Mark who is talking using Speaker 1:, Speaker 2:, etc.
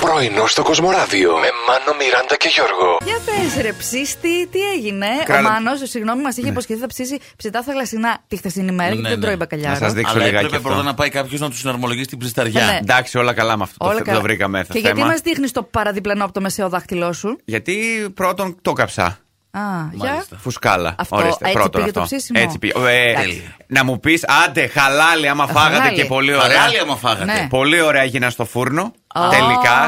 Speaker 1: Πρωινό στο Κοσμοράδιο με Μάνο, Μιράντα και Γιώργο.
Speaker 2: Για πες, ρε ψήστη, τι έγινε.
Speaker 3: Κάνε-
Speaker 2: Ο Μάνος, συγγνώμη, μας είχε υποσχεθεί θα ψήσει ψητά στα γλασινά τη χθεσινή μέρα γιατί
Speaker 3: Ναι,
Speaker 2: δεν
Speaker 3: ναι.
Speaker 2: τρώει
Speaker 3: Να
Speaker 2: μπακαλιάρο.
Speaker 3: σας δείξω
Speaker 4: Αλλά
Speaker 3: λιγάκι
Speaker 4: έπρεπε
Speaker 3: αυτό.
Speaker 4: πρώτα να πάει κάποιος να τους συναρμολογήσει την
Speaker 2: Ε,
Speaker 4: ψισταριά.
Speaker 2: ναι.
Speaker 3: Εντάξει, όλα καλά με αυτό.
Speaker 2: Όλα
Speaker 3: το,
Speaker 2: καλά.
Speaker 3: το βρήκαμε αυτό
Speaker 2: Και
Speaker 3: το
Speaker 2: γιατί
Speaker 3: θέμα.
Speaker 2: μας δείχνεις το παραδιπλανό από το μεσαίο δάχτυλό σου.
Speaker 3: Γιατί πρώτον το κάψα.
Speaker 2: Α, για.
Speaker 4: Μάλιστα.
Speaker 3: Φουσκάλα.
Speaker 2: Αυτό,
Speaker 3: Ορίστε,
Speaker 2: έτσι
Speaker 3: πρώτον
Speaker 2: πήγε
Speaker 3: αυτό.
Speaker 2: το ψήσιμο.
Speaker 3: Έτσι πήγε. Ε,
Speaker 2: Εντάξει.
Speaker 3: να μου πεις, άντε, χαλάλι άμα φάγατε
Speaker 2: Χαλάλι.
Speaker 3: και πολύ ωραία. Ε.
Speaker 4: Παράλληλα, άμα φάγατε.
Speaker 2: Ναι.
Speaker 3: Πολύ ωραία έγιναν στο φούρνο
Speaker 2: Α.
Speaker 3: τελικά.